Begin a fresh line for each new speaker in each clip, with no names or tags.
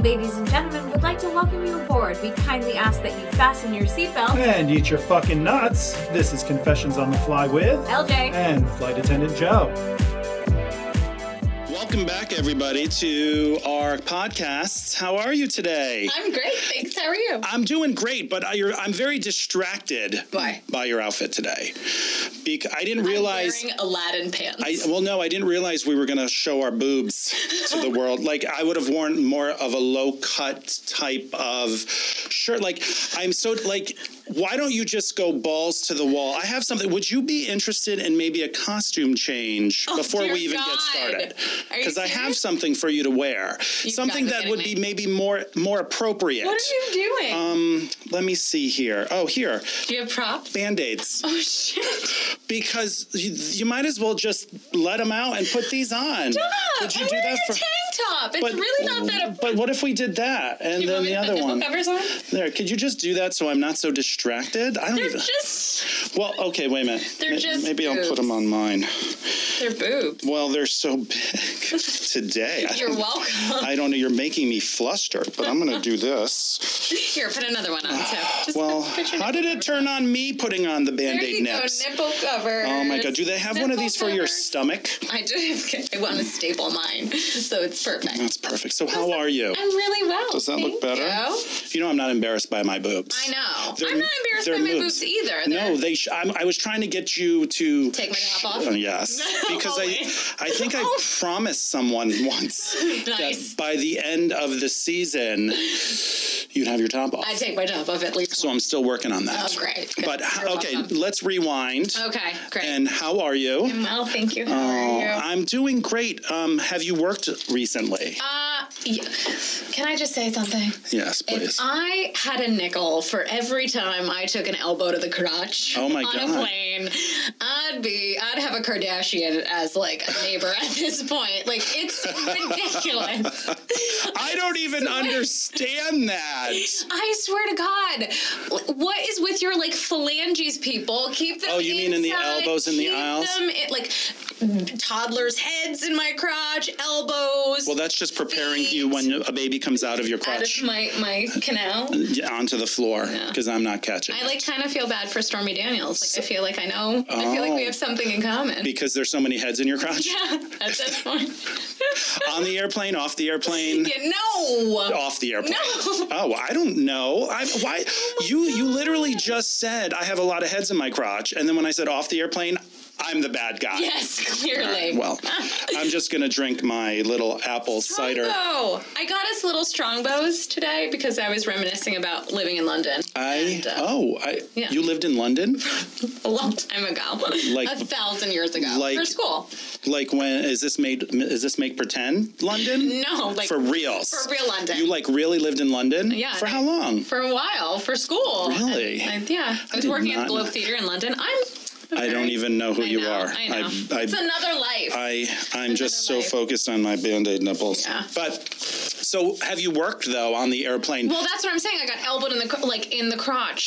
ladies and gentlemen, would like to welcome you aboard. We kindly ask that you fasten your seatbelt.
And eat your fucking nuts. This is Confessions on the Fly with
LJ.
and Flight Attendant Joe.
Welcome back, everybody, to our podcast. How are you today?
I'm great, thanks. How are you?
I'm doing great, but I, you're, I'm very distracted
Why?
by your outfit today. Bec- I didn't realize.
I'm wearing Aladdin pants.
I, well, no, I didn't realize we were going to show our boobs to the world. Like, I would have worn more of a low cut type of shirt. Like, I'm so, like, why don't you just go balls to the wall? I have something. Would you be interested in maybe a costume change before
Oh, dear
we even
God.
get started?
Are you
Because I have
serious?
something for you to wear.
You've
something
gotta
that
be kidding
would
me.
be maybe more more appropriate.
what are you doing?
um, let me see here. Oh, here,
Do you have props?
band-aids
Oh shit!
because you, you might as well just let them out and put these on. Would
Stop!
you
I'm
do
wearing
that
a
for?
tank top. It's really not that. A-
But what if we did that and
you
then
want me
the
to put
other
nipple
one?
Covers on?
There, could you just do that so I'm not so distracted? I don't
They're
even.
just
well, okay, wait a minute.
They're
May-
just
Maybe I'll put them on mine.
they're boobs.
Well, they're so big today. I-
You're welcome.
I don't know. You're making me flustered, but I'm gonna do this.
Here, put another one on too. Just
Well,
put your
how did it turn on me putting on the
There
band-aid
you
nips?
go, nipple cover.
Oh my god, do they have one of these for your stomach?
I do. I want to staple mine, so it's perfect.
That's perfect. So how are you?
I'm really well.
Mm. Does that look
thank
better?
you.
You know, I'm not embarrassed by my boobs.
I know.
They're-
I'm not embarrassed
they're
by my
moves.
boobs either.
No,
They're-
they. Sh- I'm, I was trying to get you to
Take my top off?
Oh, yes, because I,
Always.
I think I promised someone once
Nice.
that by the end of the season, you'd have your top off.
I take my top off at least.
so I'm still working on that.
Oh, great. Good.
But h-
You're
okay,
welcome.
let's rewind.
Okay, great.
And how are you?
well, thank you. How
Oh,
are you?
I'm doing great. Um, have you worked recently?
Uh, y- can I just say something?
yes,
If
please.
I had a nickel for every time I took an elbow to the crotch
Oh my
on a
God.
plane, I'd be I'd have a Kardashian as like a neighbor at this point. Like it's ridiculous.
I don't even understand that.
I swear to God, Like, what is with your like phalanges, people? Keep them.
Oh, you mean in the
inside,
elbows and the
keep
aisles?
Them in, like toddlers' heads in my crotch, elbows.
Well, that's just preparing you when a baby comes out of your
out of
crotch
my my canal.
Yeah, onto the floor because I'm not catching.
I like kind of feel bad for Stormy Daniels. Like I feel like I know. I feel like we
Oh.
have something in common.
because there's so many heads in your crotch.
yeah, at this point.
On the airplane, off the airplane,
Yeah, no.
off the airplane.
No. Oh
Oh, I don't know. I, why you you literally just said I have a lot of heads in my crotch, and then when I said off the airplane, I'm the bad guy.
Yes, clearly.
Well, I'm just gonna drink my little apple cider.
Strongbow. I got us little strongbows today because I was reminiscing about living in London.
I
And, uh,
oh I
yeah.
you lived in London
a long time ago,
Like-
a thousand years ago,
like-
for school.
like when is this made is this make pretend London
No, like
for reals
for real London.
You like really lived in London?
Yeah,
For
I-
how long?
for a while for school.
Really?
And I- yeah, I was
did
working at
not
Globe
know.
Theater in London. I'm.
I don't even know who
I
you
know,
are.
I know.
I,
it's
I,
another life.
I, I'm just so
life.
focused on my band aid nipples.
Yeah.
But so have you worked though on the airplane?
well, that's what I'm saying. I got elbowed in the cr- like in the crotch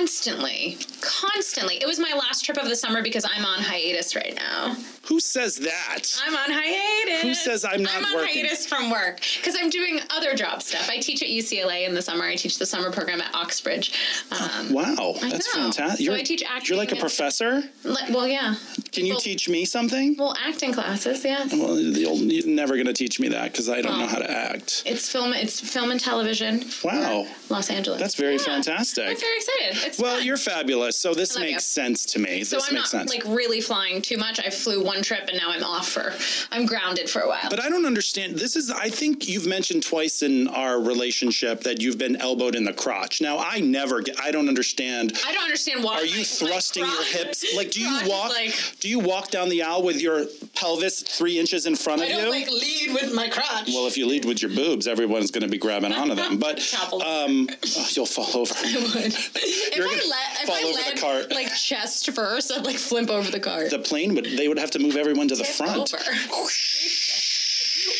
constantly, constantly. It was my last trip of the summer because I'm on hiatus right now.
Who says that?
I'm on hiatus.
Who says I'm not
I'm on
working?
hiatus from work because I'm doing other job stuff. I teach at UCLA in the summer. I teach the summer program at Oxbridge. Um,
Wow, that's
know. So
fantastic. You're,
I teach
You're
acting
like a
and-
professor.
like- well, yeah.
Can you
Well-
teach me something?
Well, acting classes, yes.
Well, you'll, you're never going to teach me that because I don't
Well.
know how to act.
It's film. It's film and television. for
Wow.
Los Angeles.
That's very
Yeah.
fantastic.
I'm very excited. It's
Well,
fun.
you're fabulous. So this
I love
makes
you.
sense to me.
So
this
I'm
makes
not
sense.
like really flying too much. I flew one trip and now I'm off for. I'm grounded for a while.
But I don't understand. This is, I think you've mentioned twice in our relationship that you've been elbowed in the crotch. Now, I never get, I don't understand.
I don't understand why.
Are you
my- my
thrusting your
crotch-
hips? Like, do
crotch
you
is
walk,
Like,
do you walk down the aisle with your pelvis three inches in front
I
of
don't
you?
like lead with my crotch.
well, if you lead with your boobs, everyone's going to be grabbing onto them. But
Topple.
um, oh, you'll fall over.
if
you're
I
gonna
let, if
fall
I
over the
led,
cart.
like chest first, I'd like flimp over the cart.
The plane would, they would have to move everyone to the
Tip
front.
over.
Whoosh.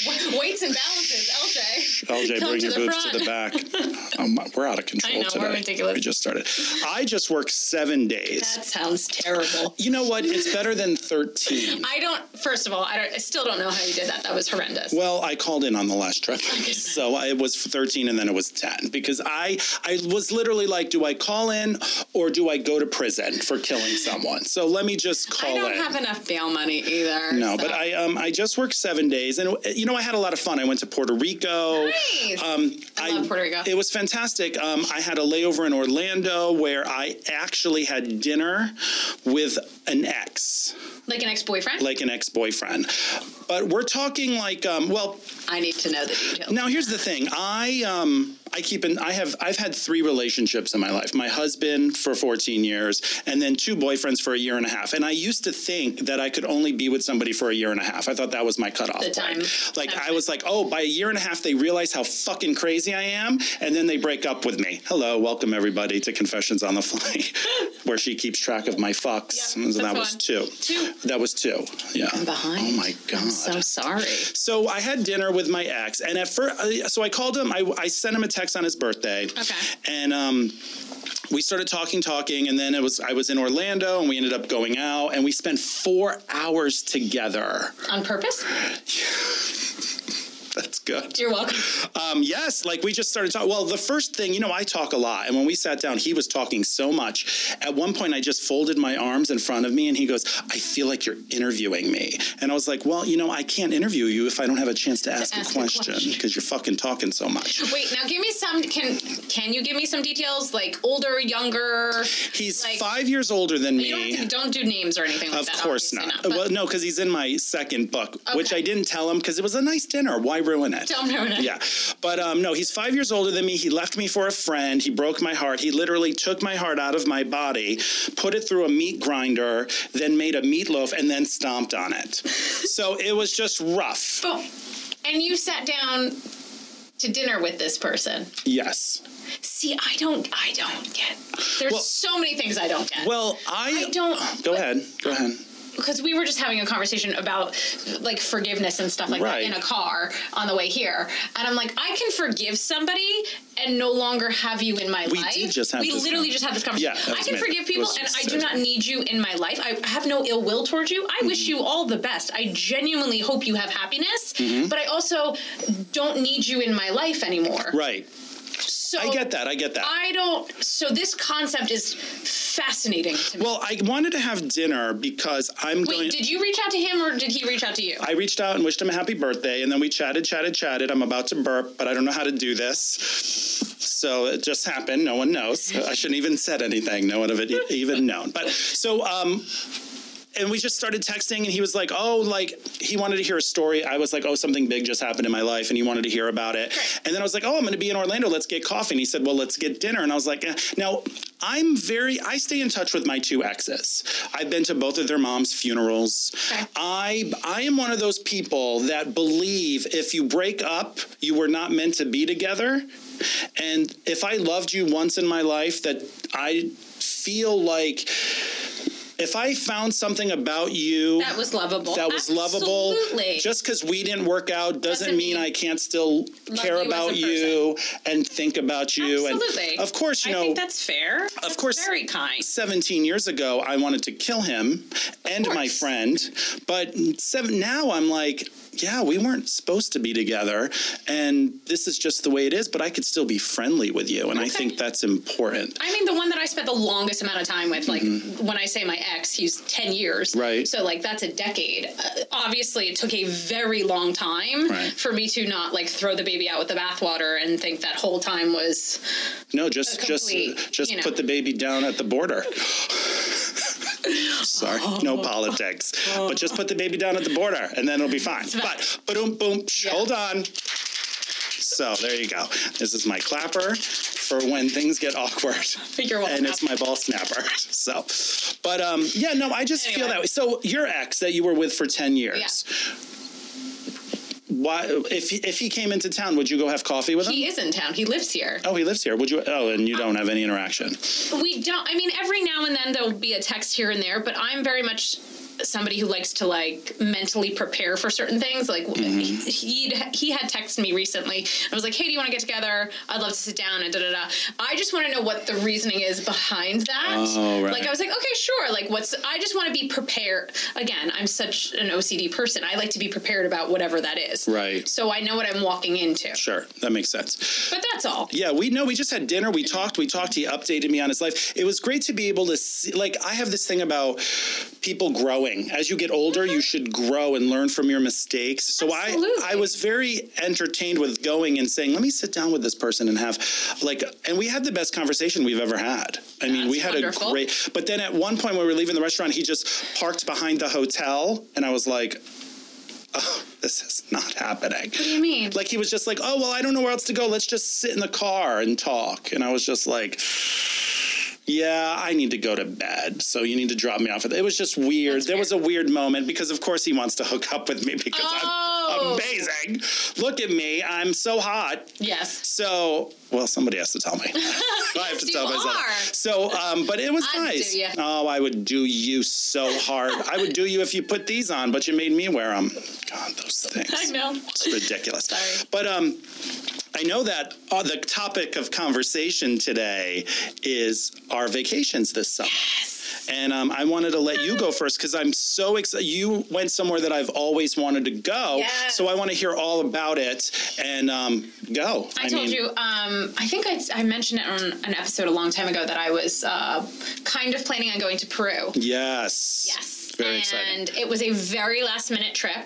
Weights and balances, LJ.
LJ,
Come
bring
to
your
the
boobs to
front.
the back. Oh my, we're out of control
know,
today.
we're ridiculous.
We just started. I just work seven days.
That sounds terrible.
you know what? It's better than 13.
I don't. First of all, I don't. I still don't know how you did that. That was horrendous.
Well, I called in on the last trip, so it was 13 and then it was 10 because I I was literally like, do I call in or do I go to prison for killing someone? So let me just call
I don't
in.
have enough bail money either.
eh. no,
so-
but I um I just worked seven days, and uh, you know I had a lot of fun. I went to Puerto Rico.
Nice.
Um,
I love Puerto Rico.
It was fantastic. Um, I had a layover in Orlando where I actually had dinner with an ex,
like an ex-boyfriend.
like an ex boyfriend. But we're talking like, um, well,
I need to know the details.
now here's the thing. I um I keep in I have I've had three relationships in my life. My husband for 14 years and then two boyfriends for a year and a half. And I used to think that I could only be with somebody for a year and a half. I thought that was my cutoff.
The time.
Point. Like
Time.
I was like, "Oh, by a year and a half they realize how fucking crazy I am and then they break up with me." Hello, welcome everybody to Confessions on the Fly where she keeps track of my fucks.
Yeah,
And
that's
that was
one.
two.
Two.
That was two. Yeah. Oh
behind.
my god.
I'm so sorry.
So I had dinner with my ex, and at first, so I called him. I, I sent him a text on his birthday.
Okay.
And um, we started talking, talking, and then it was I was in Orlando, and we ended up going out, and we spent four hours together.
On purpose?
That's good.
You're welcome.
Um, yes, like we just started talking. Well, the first thing, you know, I talk a lot, and when we sat down, he was talking so much. At one point, I just folded my arms in front of me, and he goes, "I feel like you're interviewing me," and I was like, "Well, you know, I can't interview you if I don't have a chance to ask,
ask
a
a
question
question.
because you're fucking talking so much."
Wait, now give me some. Can can you give me some details? Like older, younger.
He's
Like-
five years older than
You don't,
me.
have to, don't do names or anything like
Of
that.
course
obviously
not.
but
well, no, because he's in my second book, which
Okay.
I didn't tell him because it was a nice dinner. Why ruin it?
Don't ruin it.
Yeah, but um, no, he's five years older than me. He left me for a friend. He broke my heart. He literally took my heart out of my body, put it through a meat grinder, then made a meatloaf, and then stomped on it. so it was just rough.
Boom. And you sat down to dinner with this person.
Yes.
See, I don't. I don't get. There's
Well-
so many things I don't get.
Well, I,
I don't-
Go ahead. Go ahead.
because we were just having a conversation about like forgiveness and stuff like
Right.
that in a car on the way here, and I'm like, I can forgive somebody and no longer have you in my
We
life.
did just have
we
this
literally just had this conversation.
Yeah, that
I
was
can
me.
forgive
It
people,
was
and
just
I do
said.
not need you in my life. I have no ill will towards you. I
Mm-hmm.
wish you all the best. I genuinely hope you have happiness,
Mm-hmm.
but I also don't need you in my life anymore.
Right.
So
I get that. I get that.
Oh, I don't. So this concept is fascinating to me.
well, I wanted to have dinner because I'm
Wait,
going.
did you reach out to him or did he reach out to you?
I reached out and wished him a happy birthday, and then we chatted, chatted, chatted. I'm about to burp, but I don't know how to do this. So it just happened. No one knows. I shouldn't even said anything. No one of it even known. But so um, and we just started texting and he was like oh like he wanted to hear a story i was like oh something big just happened in my life and he wanted to hear about it and then i was like oh i'm going to be in orlando let's get coffee and he said well let's get dinner and i was like eh. now i'm very i stay in touch with my two exes i've been to both of their moms funerals
Okay.
i i am one of those people that believe if you break up you were not meant to be together and if i loved you once in my life that i feel like if I found something about you
That was lovable.
that was
Absolutely.
lovable, just because we didn't work out doesn't,
Doesn't
mean
mean
I can't still care
you as a
about you and think about you.
Absolutely.
And of course, you
I
know,
think that's fair. Of
course-
Very kind.
17 years ago, I wanted to kill him and my
course.
friend. But seven, now I'm like, yeah, we weren't supposed to be together. And this is just the way it is, but I could still be friendly with you. And I think that's important.
I mean, the one that I spent the longest amount of time with, like when I say my ex, he's 10 years.
Mm-hmm. Right.
So, like, that's a decade. Uh, obviously, it took a very long time
Right.
for me to not, like, throw the baby out with the bathwater and think that whole time was.
No, just
complete,
just just
you know.
put the baby down at the border. Sorry,
Oh.
no politics, but just put the baby down at the border, and then it'll be fine. But boom, boom. psh,
Yeah.
Hold on. So there you go. This is my clapper for when things get awkward.
You're welcome.
And it's my ball snapper. So, but um, yeah, no, I just feel
Anyway.
that way. So your ex that you were with for ten years. Why, if he, if he came into town, would you go have coffee with him?
He is in town. He lives here.
oh, he lives here. Would you? Oh, and you don't have any interaction.
We don't. I mean, every now and then there'll be a text here and there, but I'm very much somebody who likes to like mentally prepare for certain things. Like he
Mm-hmm.
he'd, he had texted me recently. and was like, "Hey, do you want to get together? I'd love to sit down." And da da da. I just want to know what the reasoning is behind that.
Oh, right.
Like I was like, "Okay, sure." Like what's? I just want to be prepared. Again, I'm such an OCD person. I like to be prepared about whatever that is.
Right.
So I know what I'm walking into.
Sure, that makes sense.
But that's all.
Yeah, we know. We just had dinner. We talked. We talked. He updated me on his life. It was great to be able to see. Like, I have this thing about people growing. As you get older, you should grow and learn from your mistakes. So
Mm-hmm. Absolutely.
I, I was very entertained with going and saying, "Let me sit down with this person and have like." And we had the best conversation we've ever had. I mean, we
That's
had
wonderful.
a great. But then at one point when we were leaving the restaurant, he just parked behind the hotel, and I was like. Oh, this is not happening.
What do you mean?
Like he was just like, oh well, I don't know where else to go. Let's just sit in the car and talk. And I was just like, yeah, I need to go to bed. So you need to drop me off. It was just weird.
That's
there
fair.
was a weird moment because of course he wants to hook up with me because I'm
Oh.
amazing. Look at me, I'm so hot.
yes.
So well, somebody has to tell me. I have to
Yes,
tell
you
myself.
are.
So, um, but it was
I'd do
nice.
ya.
Oh, I would do you so hard. I would do you if you put these on, but you made me wear them. God, those things.
I know.
It's ridiculous.
Sorry.
But um, I know that uh, the topic of conversation today is our vacations this summer. And um, I wanted to let you go first because I'm so excited. You went somewhere that I've always wanted to go.
Yes.
So I want to hear all about it and um, go.
I, told you. Um, I think I, I mentioned it on an episode a long time ago that I was uh, kind of planning on going to Peru.
Yes.
Yes.
Very
and
exciting.
it was a very last minute trip.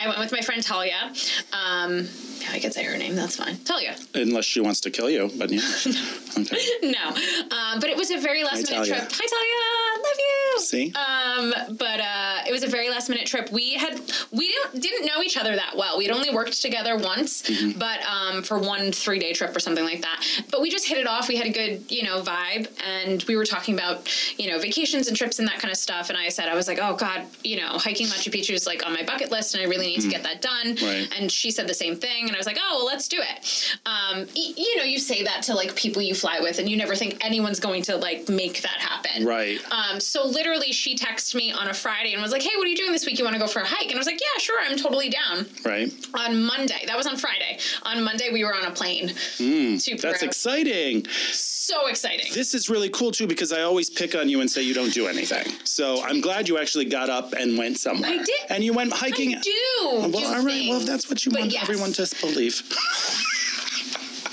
I went with my friend Talia. Um, yeah, I could say her name. That's fine. Talia.
Unless she wants to kill you, but yeah. okay.
No. Um, but it was a very last minute
Talia.
trip. Hi, Talia. Love you.
See?
Um, but uh, it was a very last minute trip. We had we didn't, didn't know each other that well. We'd only worked together once, but um, for one three day trip or something like that. But we just hit it off. We had a good you know vibe, and we were talking about you know vacations and trips and that kind of stuff. And I said I was like, oh god, you know, hiking Machu Picchu is like on my bucket list, and I really need to get that done.
Right.
And she said the same thing, and I was like, oh well, let's do it. Um, y- you know, you say that to like people you fly with, and you never think anyone's going to like make that happen.
Right.
Um, so literally, she texted me on a Friday and was like, "Hey, what are you doing this week? You want to go for a hike?" And I was like, "Yeah, sure, I'm totally down."
Right.
On Monday, that was on Friday. On Monday, we were on a plane to Peru.
Mm, That's exciting.
so exciting.
This is really cool too because I always pick on you and say you don't do anything. So I'm glad you actually got up and went somewhere.
I did.
And you went
I do.
hiking.
do
Well, all right. Well, if
things,
that's what you
but
want
yes,
everyone to believe.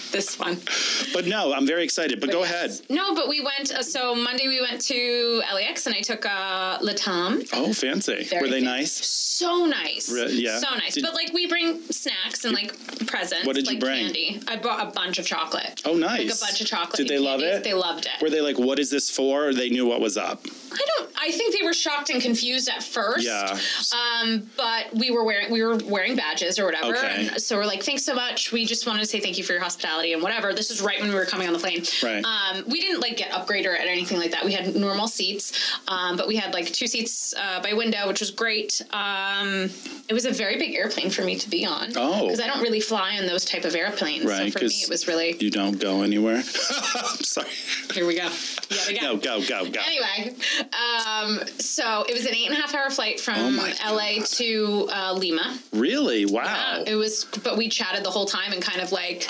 This one.
But no, I'm very excited. But, go
Yes.
ahead.
No, but we went. Uh, so Monday we went to LAX and I took uh, Latam.
Oh, fancy.
Very
Were they
fancy.
nice?
So nice.
Re- yeah.
So nice.
Did-
but like we bring snacks and like presents.
What did you
like
bring?
Candy. I brought a bunch of chocolate.
Oh, nice.
Like a bunch of chocolate.
Did
and
they love
candies.
it?
They loved it.
Were they like, what is this for? Or they knew what was up?
I don't. I think they were shocked and confused at first.
Yeah.
Um, but we were wearing we were wearing badges or whatever,
Okay.
and so we're like, "Thanks so much. We just wanted to say thank you for your hospitality and whatever." This is right when we were coming on the plane.
Right.
Um, we didn't like get upgraded or anything like that. We had normal seats, um, but we had like two seats uh, by window, which was great. Um, it was a very big airplane for me to be on.
Oh.
Because I don't really fly on those type of airplanes.
Right,
So for me,
'cause
it was really.
You don't go anywhere. I'm sorry.
Here we go. Yet again.
No, go, go, go.
Anyway, um, so it was an eight and a half hour flight from
Oh my
LA to uh, Lima.
Really? Wow.
Uh, it was, but we chatted the whole time and kind of like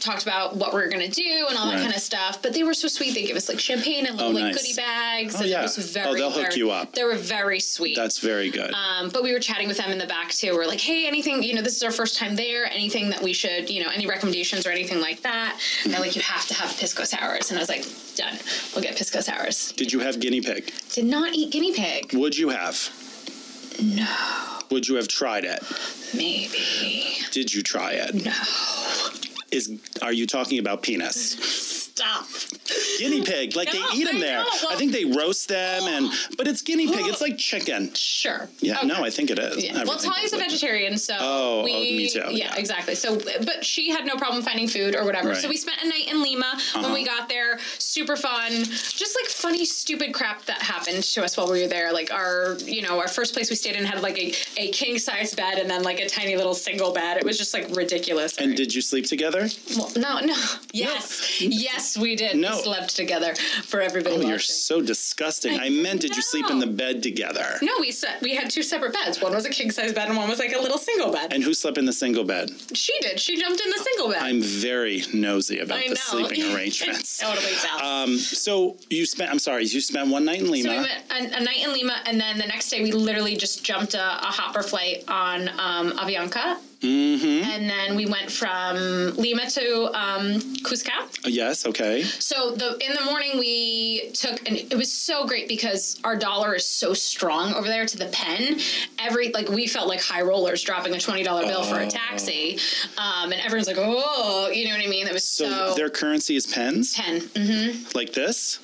talked about what we were gonna do and all that
Right.
kind of stuff. But they were so sweet. They gave us like champagne and little
Oh,
like
nice.
goodie bags.
Oh,
and
yeah.
It was
Oh,
very,
they'll hook
very-
you up.
They were very sweet.
That's very good.
um, but we were chatting with them in the back too. We're like, hey, anything, you know, this is our first time there. Anything that we should, you know, any recommendations or anything like that? And they're like, you have to have pisco sours. And I was like, done. We'll get pisco sours.
Did you have guinea pig?
Did not eat guinea pig.
Would you have?
No,
Would you have tried it?
maybe.
Did you try it?
No.
Is are you talking about penis?
Stop.
guinea pig, like
No,
they eat them
I
there.
know, well-
I think they roast them, and but it's guinea pig. It's like chicken.
Sure.
Yeah,
Okay.
no, I think it is.
Yeah. Well,
Everything
Talia's
is
a
like-
vegetarian, so
Oh, oh,
we,
me too,
Yeah,
yeah.
exactly. So, but she had no problem finding food or whatever.
Right. Uh-huh.
So we spent a night in Lima. When we got there, super fun. Just like funny, stupid crap that happened to us while we were there. Like our, you know, our first place we stayed in had like a, a king size bed and then like a tiny little single bed. It was just like ridiculous.
And did you sleep together?
Well, no, no. Yes. Yes, we did.
No.
We slept slept together for everybody.
Oh, you're
watching.
so disgusting. I meant, did you sleep in the bed together?
No, we se- we had two separate beds. One was a king size bed, and one was like a little single bed.
And who slept in the single bed?
she did. She jumped in the single bed.
I'm very nosy about the sleeping arrangements.
totally bad.
Um, so you spent. I'm sorry. You spent one night in Lima.
so we went a, a night in Lima, and then the next day we literally just jumped a, a hopper flight on um, Avianca,
Mm-hmm.
and then we went from Lima to um, Cusco.
Uh, yes. Okay.
So the in the morning we took and it was so great because our dollar is so strong over there to the pen. Every like we felt like high rollers dropping a twenty dollar bill
Oh.
for a taxi, um, and everyone's like, oh, you know what I mean? That was
So,
so.
their currency is pens,
Pen, mm-hmm.
like this.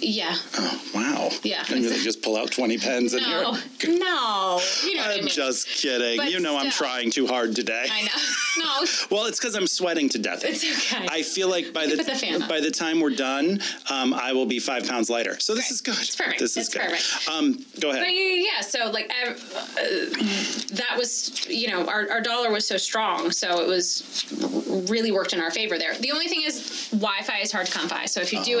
yeah,
Oh, Wow.
Yeah.
I'm gonna just pull out 20 pens and
no,
you're.
no, you know what I
I'm
mean.
just kidding.
But
you know I'm
still.
trying too hard today.
I know, no,
Well, it's because I'm sweating to death.
it's okay.
I feel like by the,
put the fan on.
by the time we're done, um, I will be five pounds lighter. So this is good.
perfect.
This is
It's
good.
perfect.
Um, go ahead.
But yeah, yeah, yeah. So like ev- uh, that was you know our, our dollar was so strong, so it was really worked in our favor there. The only thing is Wi-Fi is hard to come by. So if you do
Oh.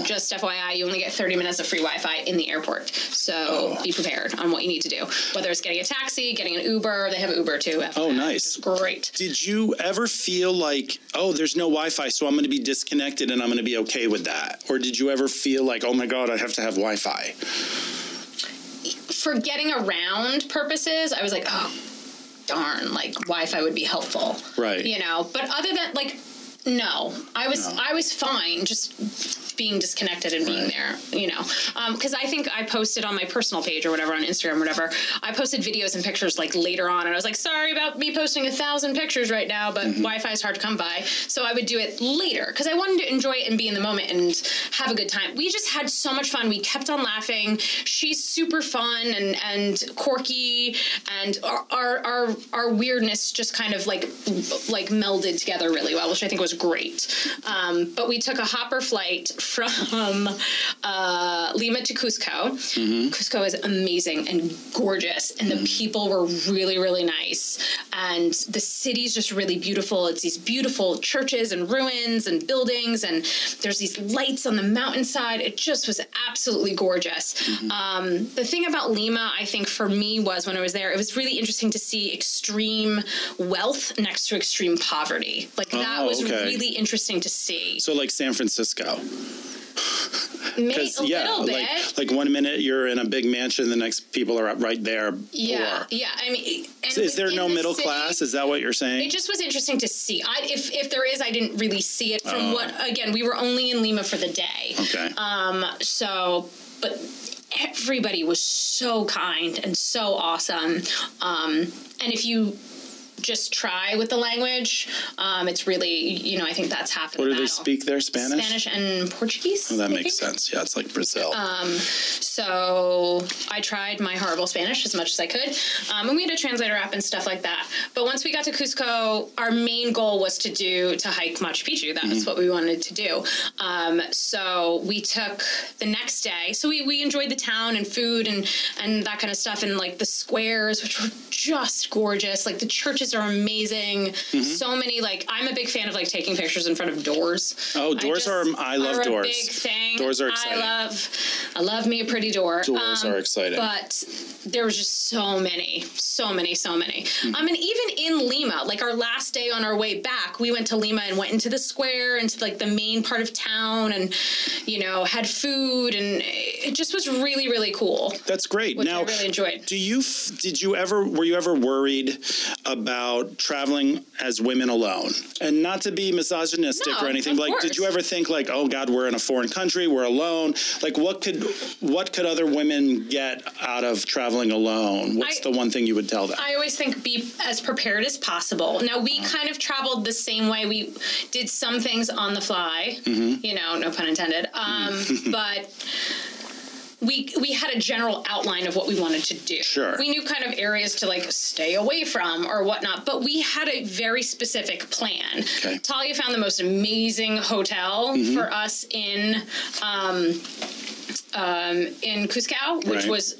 it, just FYI, you only get 30 minutes of free Wi-Fi in the airport.
Oh.
So be prepared on what you need to do, whether it's getting a taxi, getting an Uber. They have Uber too. after
Oh,
that,
nice.
which is Great.
Did you ever feel like, oh, there's no Wi Fi, so I'm going to be disconnected and I'm going to be okay with that? Or did you ever feel like, oh my God, I have to have Wi Fi?
for getting around purposes, I was like, oh, darn, like Wi-Fi would be helpful,
Right.
You know, but other than like, no, I was I was fine just being disconnected and being
Right.
there, you know, because I think I posted on my personal page or whatever on Instagram, whatever. I posted videos and pictures like later on, and I was like, sorry about me posting a thousand pictures right now, but Wi-Fi is hard to come by, so I would do it later because I wanted to enjoy it and be in the moment and have a good time. We just had so much fun. We kept on laughing. She's super fun and and quirky, and our our our, our weirdness just kind of like like melded together really well, which I think was great. Um, but we took a hopper flight from uh, Lima to Cusco.
Mm-hmm.
Cusco is amazing and gorgeous, and the people were really really nice, and the city's just really beautiful. It's these beautiful churches and ruins and buildings, and there's these lights on the mountainside. It just was absolutely gorgeous.
Mm-hmm.
Um, the thing about Lima, I think for me was when I was there, it was really interesting to see extreme wealth next to extreme poverty. Like that
Oh,
was
okay.
really interesting to see.
So, like San Francisco.
Maybe
Because,
a
yeah,
little bit.
like, like one minute you're in a big mansion, the next people are up right there.
yeah,
poor.
yeah. I mean, and
Is there
within
no
the
middle
city-
class? Is that what you're saying?
It just was interesting to see. I, if if there is, I didn't really see it from
Oh.
what. Again, we were only in Lima for the day.
okay.
Um, so, but everybody was so kind and so awesome. Um, and if you just try with the language, um, it's really, you know, I think that's half of
what
the
do they
battle.
speak there? Spanish? Oh,
Spanish and Portuguese.
That
I
makes
think. Uh,
sense. Yeah, it's like Brazil.
Um, So I tried my horrible Spanish as much as I could, um, and we had a translator app and stuff like that. But once we got to Cusco, our main goal was to do to hike Machu Picchu. That
Mm-hmm.
was what we wanted to do. Um, so we took the next day. So we, we enjoyed the town and food and and that kind of stuff and like the squares, which were just gorgeous. Like the churches are amazing.
Mm-hmm.
So many like I'm a big fan of like taking pictures in front of doors.
Oh, doors
just-
are- I love
are
doors.
A big thing.
Doors are exciting.
I love, I love me a pretty door. Um,
Doors are exciting.
But there was just so many, so many, so many.
Hmm.
Um, and even in Lima, like our last day on our way back, we went to Lima and went into the square, into like the main part of town, and you know had food, and it just was really, really cool.
That's great.
Which
now,
I really enjoyed.
do you f- did you ever were you ever worried about traveling as women alone? And not to be misogynistic
No,
or anything,
of
but like did
course.
you ever think like, oh God, we're in a foreign country, we're alone? Like, what could what could other women get out of traveling alone? What's
I-
the one thing you would tell them?
I always think be as prepared as possible. Now we
Uh-huh.
kind of traveled the same way. We did some things on the fly,
Mm-hmm.
you know, no pun intended. Um, but we we had a general outline of what we wanted to do.
Sure.
We knew kind of areas to like stay away from or whatnot, but we had a very specific plan.
Okay. Mm-hmm.
Talia found the most amazing hotel for us in. Um, um, in Cusco, which
Right.
was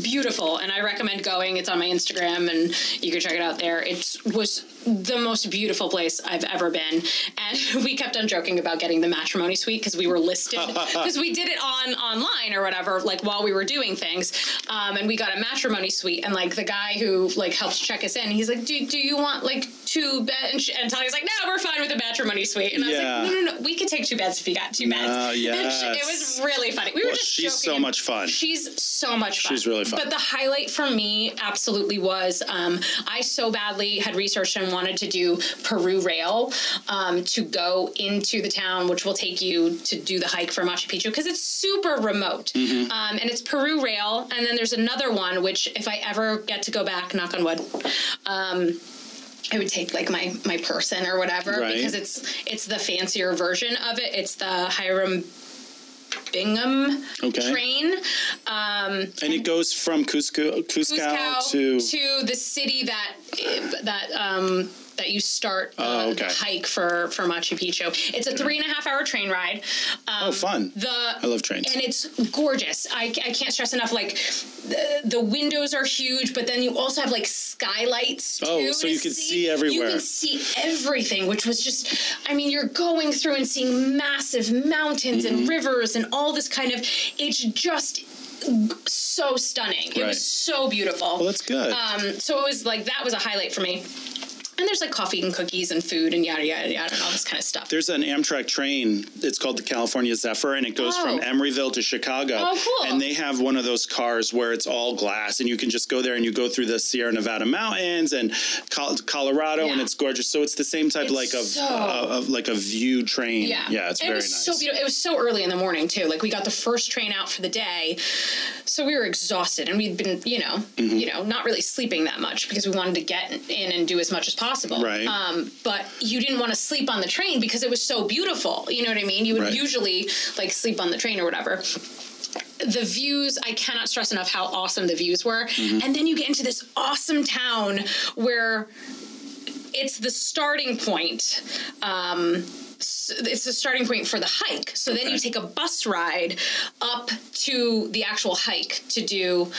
beautiful and i recommend going it's on my instagram and you can check it out there it was the most beautiful place I've ever been. And we kept on joking about getting the matrimony suite because we were listed because we did it on online or whatever, like while we were doing things. Um, and we got a matrimony suite, and like the guy who like helps check us in, he's like, "Do do you want like two beds?" And Talia's like, "No, we're fine with a matrimony suite." And I
Yeah.
was like, "No, no, no, we could take two beds if you got two beds."
No,
And she- it
yes.
was really funny. We were
Well,
just
Oh, she's
joking
so
and
much fun.
She's so much fun.
She's really fun.
But the highlight for me absolutely was um, I so badly had researched and wanted to do Peru Rail um, to go into the town, which will take you to do the hike for Machu Picchu because it's super remote.
Mm-hmm.
Um, and it's Peru Rail. And then there's another one, which if I ever get to go back, knock on wood. Um, I would take like my my person or whatever
Right.
because it's it's the fancier version of it. It's the Hiram Bingham
Okay.
train. Um,
And it goes from Cusco, Cusco,
Cusco
to,
the city that that um, that you start the,
Oh, okay.
the hike for for Machu Picchu. It's a three and a half hour train ride. Um,
oh, fun.
The
I love trains.
and it's gorgeous. I, I can't stress enough. Like the, the windows are huge, but then you also have like skylights.
Oh,
too,
so
to
you can see everywhere.
You can see everything, which was just. I mean, you're going through and seeing massive mountains
Mm-hmm.
and rivers and all this kind of. It's just so stunning. It
Right.
was so beautiful.
Well, that's good.
Um, so it was like that was a highlight for me. And there's like coffee and cookies and food and yada yada yada and all this kind of stuff.
There's an Amtrak train. It's called the California Zephyr, and it goes
Oh.
from Emeryville to Chicago.
Oh, cool.
And they have one of those cars where it's all glass, and you can just go there and you go through the Sierra Nevada mountains and Col- Colorado, and
Yeah.
it's gorgeous. So it's the same type,
It's
like of,
so-
uh, of like a view train. yeah, it's
it
very
was
nice.
so beautiful. It was so early in the morning too. Like we got the first train out for the day, so we were exhausted, and we'd been, you know,
Mm-hmm.
you know, not really sleeping that much because we wanted to get in and do as much as possible.
Right.
Um, but you didn't want to sleep on the train because it was so beautiful. You know what I mean? You would
Right.
usually like sleep on the train or whatever the views i cannot stress enough how awesome the views were
Mm-hmm.
and then you get into this awesome town where it's the starting point um, s- it's the starting point for the hike so then you
Okay.
take a bus ride up to the actual hike to do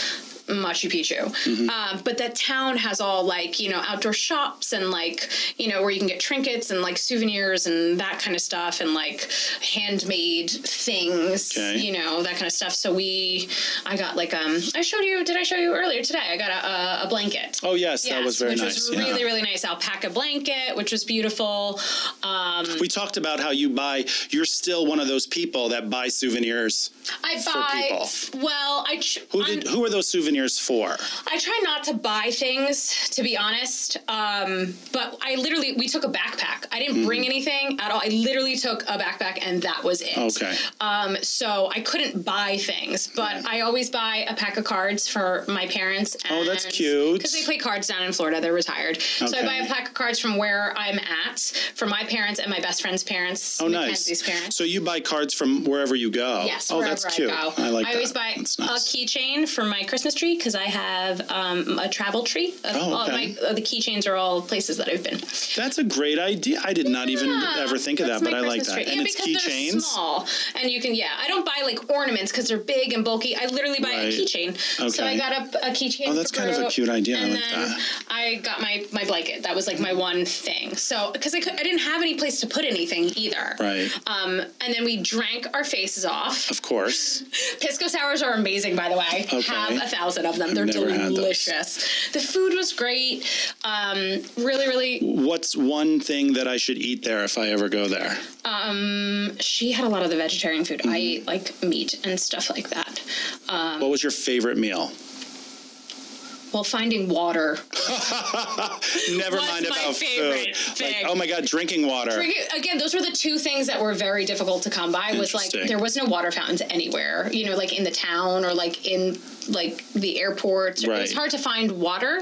Machu Picchu,
Mm-hmm.
um, but that town has all like you know outdoor shops and like you know where you can get trinkets and like souvenirs and that kind of stuff and like handmade things
Okay.
you know that kind of stuff so we i got like um i showed you did i show you earlier today i got a, a, a blanket
Oh yes, that was very
which
nice.
was
yeah.
really really nice alpaca blanket which was beautiful um
we talked about how you buy. You're still one of those people that buy souvenirs.
i
people.
buy well i ch-
Who
I'm-
did? Who are those souvenirs for?
I try not to buy things, to be honest. Um, but I literally, we took a backpack. I
Hmm.
didn't bring anything at all. I literally took a backpack and that was it.
Okay.
Um, so I couldn't buy things, but I always buy a pack of cards for my parents.
Oh, that's cute.
Because they play cards down in Florida. They're retired. So I
Okay.
buy a pack of cards from where I'm at, for my parents and my best friend's parents.
Oh,
Mackenzie's
nice.
parents.
So you buy cards from wherever you go.
Yes,
Oh,
wherever
that's cute.
I go.
I like that.
always buy
That's nice.
a keychain for my Christmas tree because I have um, a travel tree. Of
Oh,
all
okay.
my, uh, the keychains are all places that I've been.
That's a great idea. I did not even
Yeah,
ever think of that,
that's
but
my
I like that.
Christmas tree.
and
yeah,
it's
because they're
keychains.
small, and you can yeah. I don't buy like ornaments because they're big and bulky. I literally buy a
Right.
keychain. So I
Okay.
got a, a keychain.
Oh, that's
for
kind of a
Peru,
cute idea. I
And
like
then
that.
I got my my blanket. That was like my one thing. So because I could, I didn't have any place to put anything either.
Right.
Um, and then we drank our faces off.
Of course.
Pisco sours are amazing, by the way.
Okay.
Have a thousand of them. They're
never had those.
delicious. The food was great. Um, really, really.
What's one thing that I should eat there if I ever go there?
Um, she had a lot of the vegetarian food. I
Mm-hmm.
ate like meat and stuff like that. Um,
What was your favorite meal?
well, finding water.
Never
What's
mind
my
about
favorite
food.
thing?
Like, oh my god, drinking water.
Again, those were the two things that were very difficult to come by. Was like
Interesting.
there was no water fountains anywhere. You know, like in the town or like in like the airport. It
Right.
was hard to find water.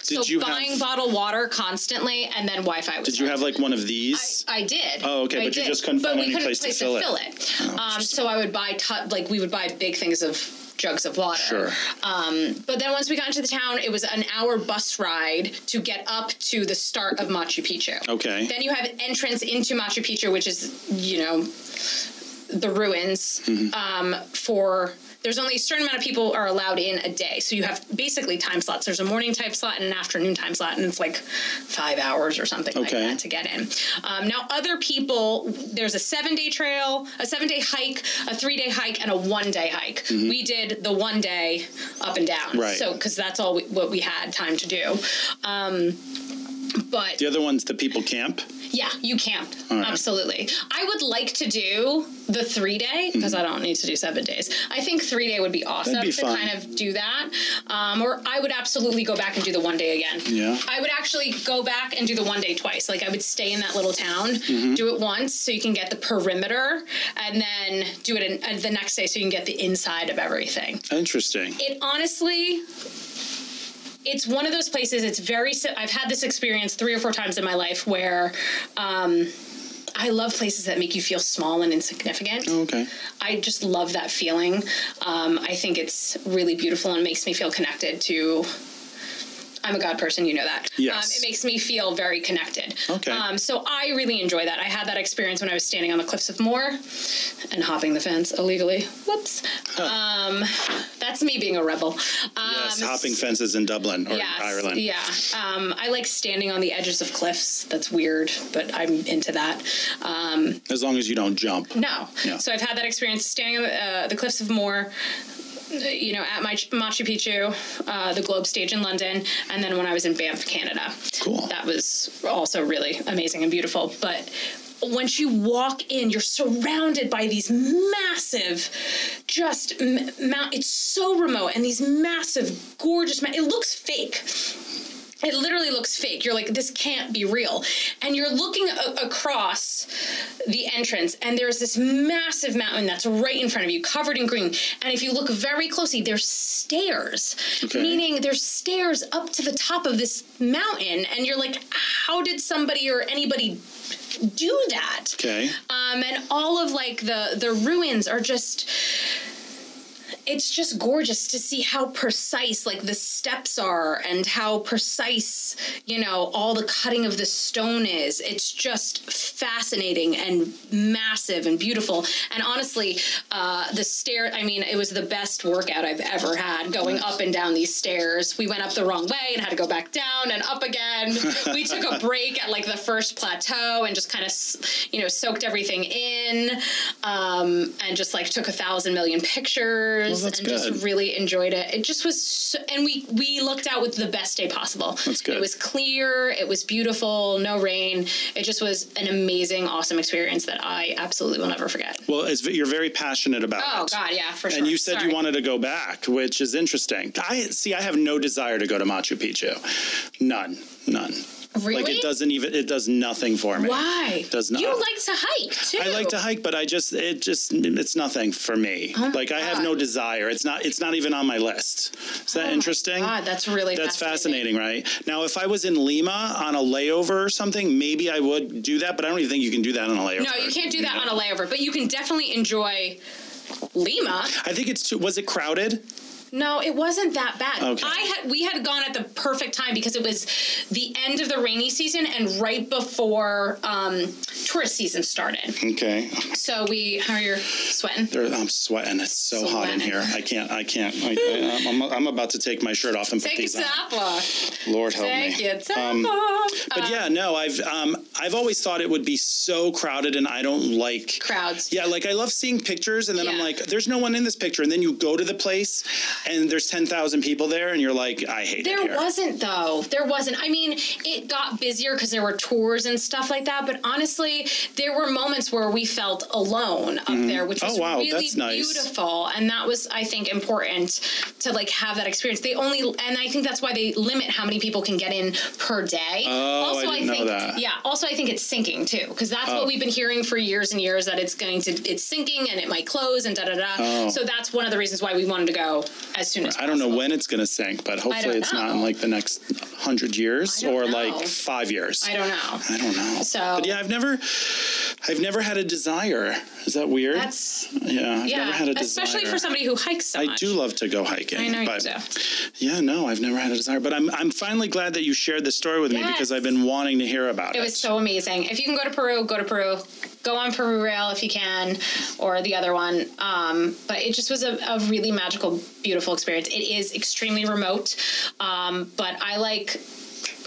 so
you have-
buying bottled water constantly and then Wi-Fi. Was
Did you have like one of these?
I did.
Oh, okay,
I
but you
did.
just couldn't
But
find
we
any
couldn't
place to fill it. Oh,
um, so I would buy tu- like we would buy big things of jugs of water.
Sure.
Um, but then once we got into the town, it was an hour bus ride to get up to the start of Machu Picchu.
Okay.
Then you have entrance into Machu
Mm-hmm.
Picchu, which is you know the ruins um, for there's only a certain amount of people are allowed in a day. So you have basically time slots. There's a morning type slot and an afternoon time slot, and it's like five hours or something like
Okay.
that to get in. Um, now, other people, there's a seven day trail, a seven day hike, a three day hike, and a one day hike. We did the one day up and down.
Mm-hmm. Right.
So, because that's all we, what we had time to do. Um, but
The other one's the people camp.
yeah, you camped.
right.
Absolutely. I would like to do the three day because I don't need to do seven days. I think three day would be awesome
Mm-hmm. be
to
fun.
kind of do that. Um, or I would absolutely go back and do the one day again.
Yeah.
I would actually go back and do the one day twice. Like I would stay in that little town,
Mm-hmm.
do it once so you can get the perimeter, and then do it in, uh, the next day so you can get the inside of everything
Interesting.
it honestly it's one of those places it's very si- i've had this experience three or four times in my life where um, i love places that make you feel small and insignificant
Okay.
i just love that feeling um, i think it's really beautiful and makes me feel connected to I'm a God person, you know that.
Yes.
Um, it makes me feel very connected.
Okay.
Um, so I really enjoy that. I had that experience when I was standing on the cliffs of Moore and hopping the fence illegally. Whoops. Um, that's me being a rebel. Um,
yes, hopping fences in Dublin or
yes,
Ireland.
Yeah. Um, I like standing on the edges of cliffs. That's weird, but I'm into that. Um,
As long as you don't jump.
no.
Yeah.
So I've had that experience standing on uh, the cliffs of Moore, you know, at my Machu Picchu, uh, the Globe stage in London, and then when I was in Banff, Canada.
Cool.
That was also really amazing and beautiful. But once you walk in, you're surrounded by these massive, just m- mount. It's so remote, and these massive, gorgeous. Ma- it looks fake it literally looks fake. You're like, this can't be real. And you're looking a- across the entrance, and there's this massive mountain that's right in front of you, covered in green. And if you look very closely, there's stairs,
Okay.
meaning there's stairs up to the top of this mountain. And you're like, how did somebody or anybody do that?
Okay.
um, and all of like the the ruins are just it's just gorgeous to see how precise like the steps are and how precise you know all the cutting of the stone is it's just fascinating and massive and beautiful and honestly uh, the stair i mean it was the best workout i've ever had going up and down these stairs we went up the wrong way and had to go back down and up again we took a break at like the first plateau and just kind of you know soaked everything in um, and just like took a thousand million pictures
Well, Oh, that's
and
good.
just really enjoyed it. It just was, so, and we we looked out with the best day possible.
That's good.
It was clear. It was beautiful. No rain. It just was an amazing, awesome experience that I absolutely will never forget.
Well, it's, you're very passionate about
Oh
it.
God, yeah, for sure.
And you said
Sorry.
you wanted to go back, which is interesting. I see. I have no desire to go to Machu Picchu. None. None. Like
Really?
it doesn't even. It does nothing for me.
Why?
Does not.
You like to hike too.
I like to hike, but I just it just it's nothing for me. like I have no
Oh God.
desire. It's not it's not even on my list. Is that
Oh my
interesting?
God, that's really
That's fascinating. right? Now, if I was in Lima on a layover or something, maybe I would do that. But I don't even think you can do that on a layover.
No, you can't do that on a layover, but you can definitely enjoy Lima.
I think it's too. Was it crowded?
No, it wasn't that bad.
Okay.
I had we had gone at the perfect time because it was the end of the rainy season and right before um, tourist season started.
Okay,
So we how are you sweating?
There- I'm sweating. It's so hot in
Sweating.
here. I can't. I can't. I, I, I'm, I'm about to take my shirt off and put
Take
these
a
on.
tap off.
Lord help
Take
me.
your tap
Um,
off.
But yeah, no, I've um, I've always thought it would be so crowded, and I don't like
Crowds.
Yeah, like I love seeing pictures, and then I'm
Yeah.
like, "There's no one in this picture," and then you go to the place, and there's ten thousand people there, and you're like, "I hate it
There
here."
wasn't though. There wasn't. I mean, it got busier because there were tours and stuff like that. But honestly, there were moments where we felt alone up there, which
Oh,
was
wow,
really
that's nice.
beautiful. And that was, I think, important to like have that experience. They only, and I think that's why they limit how many people can get in per day.
Oh, I didn't know
think,
that. Oh.
yeah. Also, I think it's sinking too because that's what we've been hearing for years and years that it's going to, it's sinking and it might close and da da da.
Oh.
So that's one of the reasons why we wanted to go as soon as
I don't know
possible.
when it's gonna sink, but hopefully it's not in
know.
like the next hundred years
I don't
or
know.
like five years.
I don't know.
I don't know.
So-
but yeah, I've never, I've never had a desire. Is that weird?
That's
yeah, I've
yeah,
never had a desire.
especially for somebody who hikes so
I
much.
do love to go hiking.
I know
but
you do.
Yeah, no, I've never had a desire, but I'm I'm finally glad that you shared this story with me because
Yes.
I've been wanting to hear about it.
It was so amazing. If you can go to Peru, go to Peru. go on Peru Rail if you can, or the other one. Um, but it just was a, a really magical, beautiful experience. It is extremely remote, um, but I like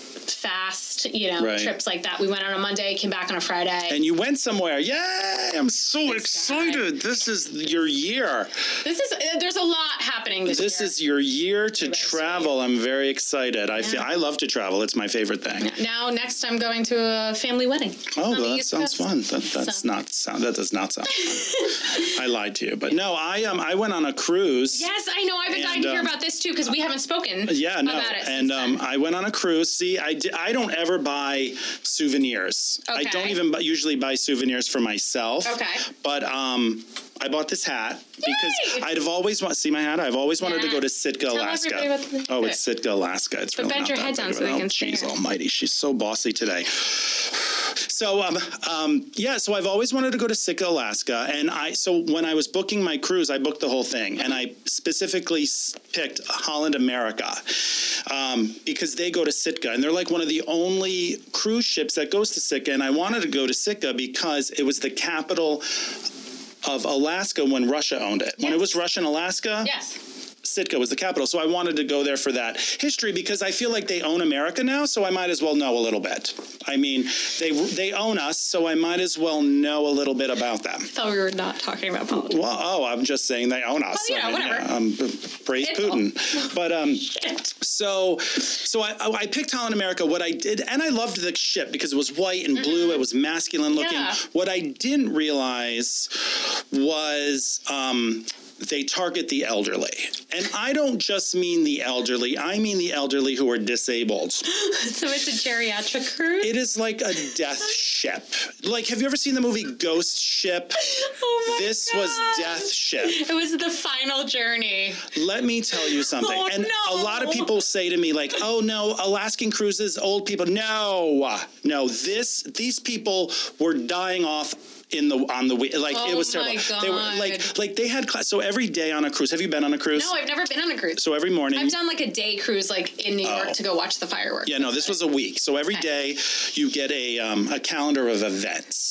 fast, you know,
Right.
trips like that. We went on a Monday, came back on a Friday.
And you went somewhere. Yay! I'm so
guy.
excited. This is your year.
this is uh, there's a lot happening this,
This
year.
is your year to
That's
travel. I'm very excited. I feel I love to travel. It's my favorite thing.
now next I'm going to a family wedding.
Oh,
on the
well, that
East
sounds
Coast.
fun. That that's
So-
not sound. That does not sound. fun. I lied to you, but no, I um I went on a cruise.
Yes, I know. I've been
And,
dying to hear
um, uh,
about this too because we haven't spoken
Yeah, no,
about it.
and
since
um,
then.
I went on a cruise. See, I, di- I don't ever buy souvenirs. I
Okay.
don't even bu- usually buy souvenirs for myself.
Okay.
but um, I bought this hat
Yay!
because I'd have always want see my hat. I've always wanted to go to
Yes.
Sitka,
Tell
Alaska.
everybody what the-
oh, it's Sitka, Alaska. It's really
bend
not
your
that
head
big
down
of
so
an-
they
oh,
can see
Jeez,
it.
Almighty, she's so bossy today. So um, um, yeah, so I've always wanted to go to Sitka, Alaska, and I so when I was booking my cruise, I booked the whole thing, and I specifically s- picked Holland America um, because they go to Sitka, and they're like one of the only cruise ships that goes to Sitka, and I wanted to go to Sitka because it was the capital. Of Alaska when Russia owned it. When it
Yes.
was Russian Alaska,
yes,
Sitka was the capital. So I wanted to go there for that history because I feel like they own America now, so I might as well know a little bit. I mean, they they own us, so I might as well know a little bit about them.
thought we were not talking about politics.
Well, oh, I'm just saying they own us.
Well, yeah,
I mean,
whatever.
um, b- praise
It's
Putin. But um, so so I, I I picked Holland America. What I did, and I loved the ship because it was white and blue. It was masculine looking.
Mm-hmm. Yeah.
What I didn't realize was. Um, they target the elderly. And I don't just mean the elderly, I mean the elderly who are disabled.
So it's a geriatric cruise.
It is like a death ship. Like, have you ever seen the movie Ghost Ship?
oh my
This
God.
was Death Ship.
It was the final journey.
Let me tell you something.
Oh,
and
no.
a lot of people say to me, like, oh no, Alaskan cruises, old people. No, no, this these people were dying off in the on the wheel. Like it
Oh
was
my
terrible. They were like
God.
like they had class. So every day on a cruise. Have you been on a cruise?
No, I've never been on a cruise.
so every morning.
I've done like a day cruise, like in New York,
Oh.
to go watch the fireworks.
Yeah, no, this was a week. So every
Okay.
day you get a um, a calendar of events.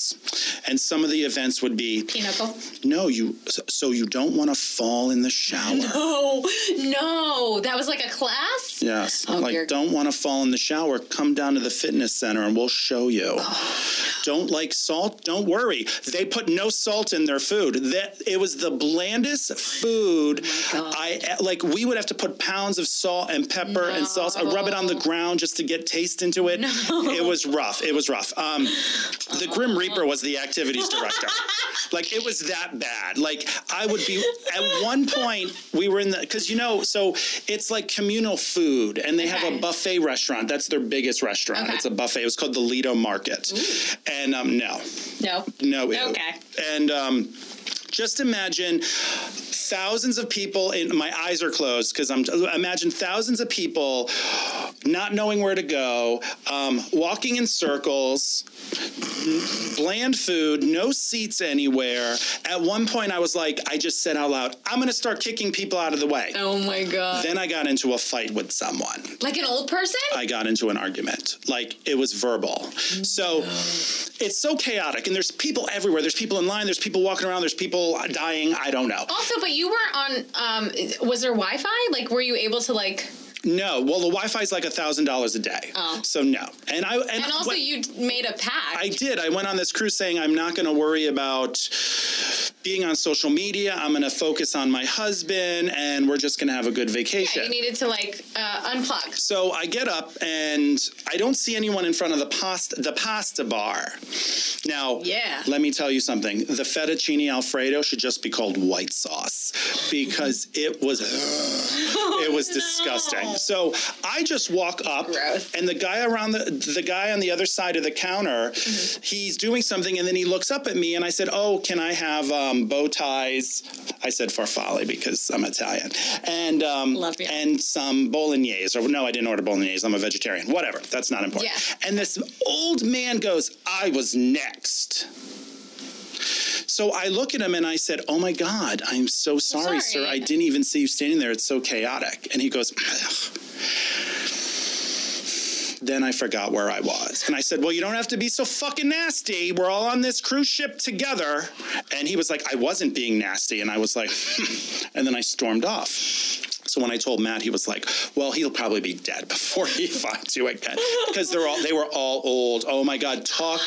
And some of the events would be
Pinochle.
no, you so- so you don't want to fall in the shower.
Oh no, that was like a class.
Yes.
Oh,
like,
dear.
don't want to fall in the shower. Come down to the fitness center and we'll show you.
Oh,
Don't like salt? Don't worry. They put no salt in their food. That it was the blandest food.
Oh God.
I eh, like. We would have to put pounds of salt and pepper and sauce. I rub it on the ground just to get taste into it. It was rough. It was rough. Um, the Grim Reaper was the activities director. like it was that bad. Like I would be at one point we were in the because you know so it's like communal food and they have
Okay.
a buffet restaurant. That's their biggest restaurant.
Okay.
It's a buffet. It was called the Lido Market, and um, no,
No.
no, ew.
Okay.
and um. Just imagine thousands of people in my eyes are closed because I'm imagine thousands of people not knowing where to go, um, walking in circles, bland food, no seats anywhere. At one point, I was like, I just said out loud, I'm going to start kicking people out of the way.
Oh my god.
Then I got into a fight with someone.
like an old person.
I got into an argument. Like it was verbal. So it's so chaotic, and there's people everywhere. There's people in line. There's people walking around. There's people dying. I don't know.
also, but you were on. Um, was there Wi-Fi? Like, were you able to like?
No. Well, the Wi-Fi is like a thousand dollars a day.
Oh.
So no. And I and,
And also,
what-
you made a pact.
I did. I went on this cruise saying I'm not going to worry about being on social media. I'm going to focus on my husband, and we're just going to have a good vacation.
Yeah, you needed to like uh, unplug.
So I get up and I don't see anyone in front of the pasta the pasta bar. Now,
Yeah.
let me tell you something. The fettuccine alfredo should just be called white sauce because it was it was disgusting. So I just walk up
Oh, Gross.
and the guy around the the guy on the other side of the counter,
Mm-hmm.
he's doing something and then he looks up at me and I said, "Oh, can I have um, bow ties?" I said farfalle because I'm Italian. And um
Love you.
and some bolognese or no, I didn't order bolognese. I'm a vegetarian. Whatever. That's not important.
Yeah.
And this old man goes, "I was next." So I look at him and I said, "Oh my God, I'm so sorry, sir.
sorry.
I didn't even see you standing there. It's so chaotic." And he goes, "Ugh." Then I forgot where I was. And I said, Well, you don't have to be so fucking nasty. We're all on this cruise ship together. And he was like, I wasn't being nasty. And I was like, And then I stormed off. So when I told Matt, he was like, "Well, he'll probably be dead before he finds you again," because they're all they were all old. Oh my God, talk!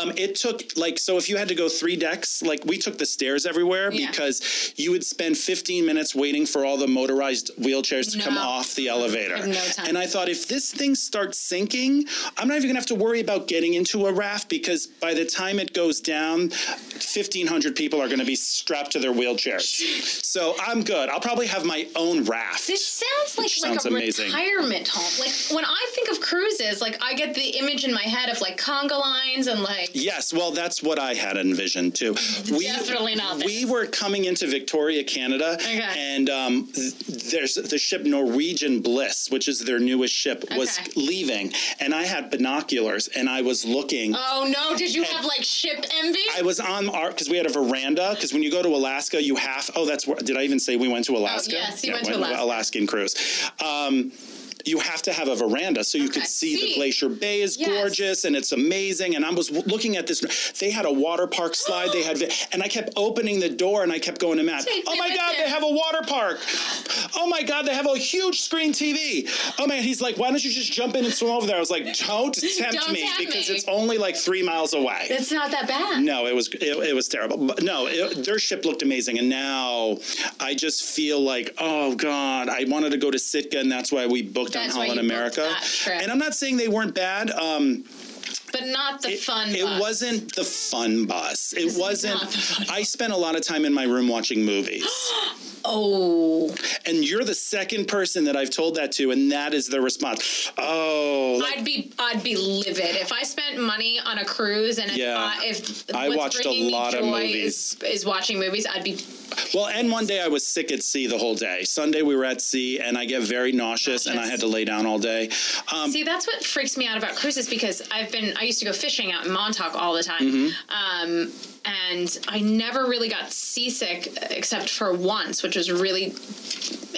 Um, it took like so if you had to go three decks, like we took the stairs everywhere
Yeah.
because you would spend 15 minutes waiting for all the motorized wheelchairs to come
No.
off the elevator.
I have no time.
And I thought if this thing starts sinking, I'm not even gonna have to worry about getting into a raft because by the time it goes down, 1,500 people are gonna be strapped to their wheelchairs. so I'm good. I'll probably have my own raft.
This sounds like
Which
like
sounds
a
amazing.
retirement home. Like when I think of cruises, like I get the image in my head of like conga lines and like
Yes, well, that's what I had envisioned too. We,
Definitely not this.
We were coming into Victoria, Canada,
Okay.
and um, th- there's the ship Norwegian Bliss, which is their newest ship, was
Okay.
leaving, and I had binoculars and I was looking.
oh no, did you have like ship envy?
I was on our because we had a veranda because when you go to Alaska, you have. Oh, that's where. Did I even say we went to Alaska?
Oh, yes, you went to Alaska.
Alaskan cruise. Um, you have to have a veranda so you
Okay.
could see,
See.
the Glacier Bay is
Yes.
gorgeous and it's amazing. And I was w- looking at this. They had a water park slide. they had, vi- and I kept opening the door and I kept going to Matt.
Take
Oh
me
my
with
God,
you."
they have a water park. Oh my God, they have a huge screen TV. Oh man, he's like, why don't you just jump in and swim over there? I was like, don't tempt
Don't
me
tempt
because
me.
it's only like three miles away.
it's not that bad.
No, it was it, it was terrible. But no, it, their ship looked amazing, and now I just feel like, oh god, I wanted to go to Sitka, and that's why we booked
That's
on
why
Holland
you booked
America.
that trip.
And I'm not saying they weren't bad. Um,
But not the
it,
fun.
It
bus.
wasn't the fun bus. It
is
wasn't.
not the fun
I spent a lot of time in my room watching movies,
Oh,
and you're the second person that I've told that to, and that is their response. Oh, like,
I'd be I'd be livid if I spent money on a cruise and if,
Yeah.
I, if
I
what's
watched a
bringing me
lot of
joy
movies.
is, is watching movies. I'd be
Well, and one day I was sick at sea the whole day. Sunday we were at sea, and I get very nauseous, and I
Nauseous.
had to lay down all day. Um,
See, that's what freaks me out about cruises because I've been I used to go fishing out in Montauk all the time.
Mm-hmm.
Um and I never really got seasick except for once, which was really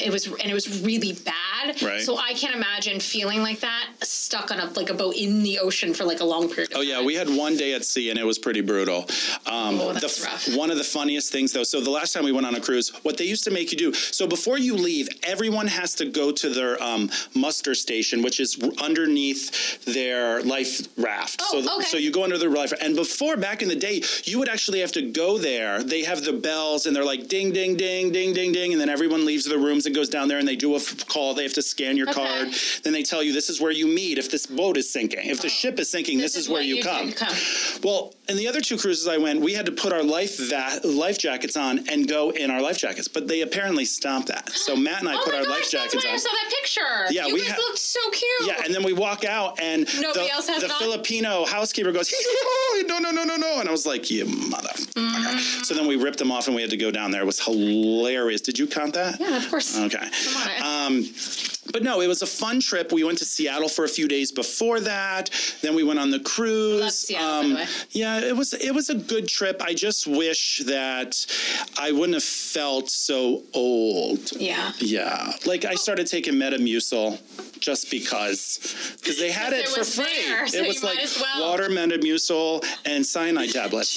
it was and it was really bad.
Right.
So I can't imagine feeling like that stuck on a like a boat in the ocean for like a long period. Of
Oh yeah, we had one day at sea and it was pretty brutal. Um,
Oh,
the
that's
f-
rough.
One of the funniest things though. So the last time we went on a cruise, what they used to make you do. So before you leave, everyone has to go to their um, muster station, which is r- underneath their life raft.
Oh,
so th-
okay.
so you go under the life. And before, back in the day, you would actually have to go there. They have the bells and they're like ding, ding, ding, ding, ding, ding, and then everyone leaves the rooms and goes down there and they do a f- call. They have to scan your
Okay.
card. Then they tell you this is where you meet if this boat is sinking. If the
Oh.
ship is sinking, this, is, where
what
you
did
come. Well, in the other two cruises I went, we had to put our life va- life jackets on and go in our life jackets, but they apparently stopped that. So Matt and I
Oh
put
my
our
gosh,
life jackets
that's why I
on.
saw that picture.
Yeah,
you
we
guys
ha-
looked so cute.
Yeah, and then we walk out, and
Nobody
the,
else has
the
not-
Filipino housekeeper goes, "No, no, no, no, no!" And I was like, "You motherfucker!" So then we ripped them off, and we had to go down there. It was hilarious. Did you count that?
Yeah, of course.
Okay.
Come on.
Um, but no, it was a fun trip. We went to Seattle for a few days before that. Then we went on the cruise. Um,
Seattle, by the way.
Yeah, it was it was a good trip. I just wish that I wouldn't have felt so old.
yeah.
Yeah, like I started taking Metamucil just because, because they had it
Because it
for
was
free.
there, so
it
you
was
might
like
as well.
water, Metamucil, and cyanide tablets.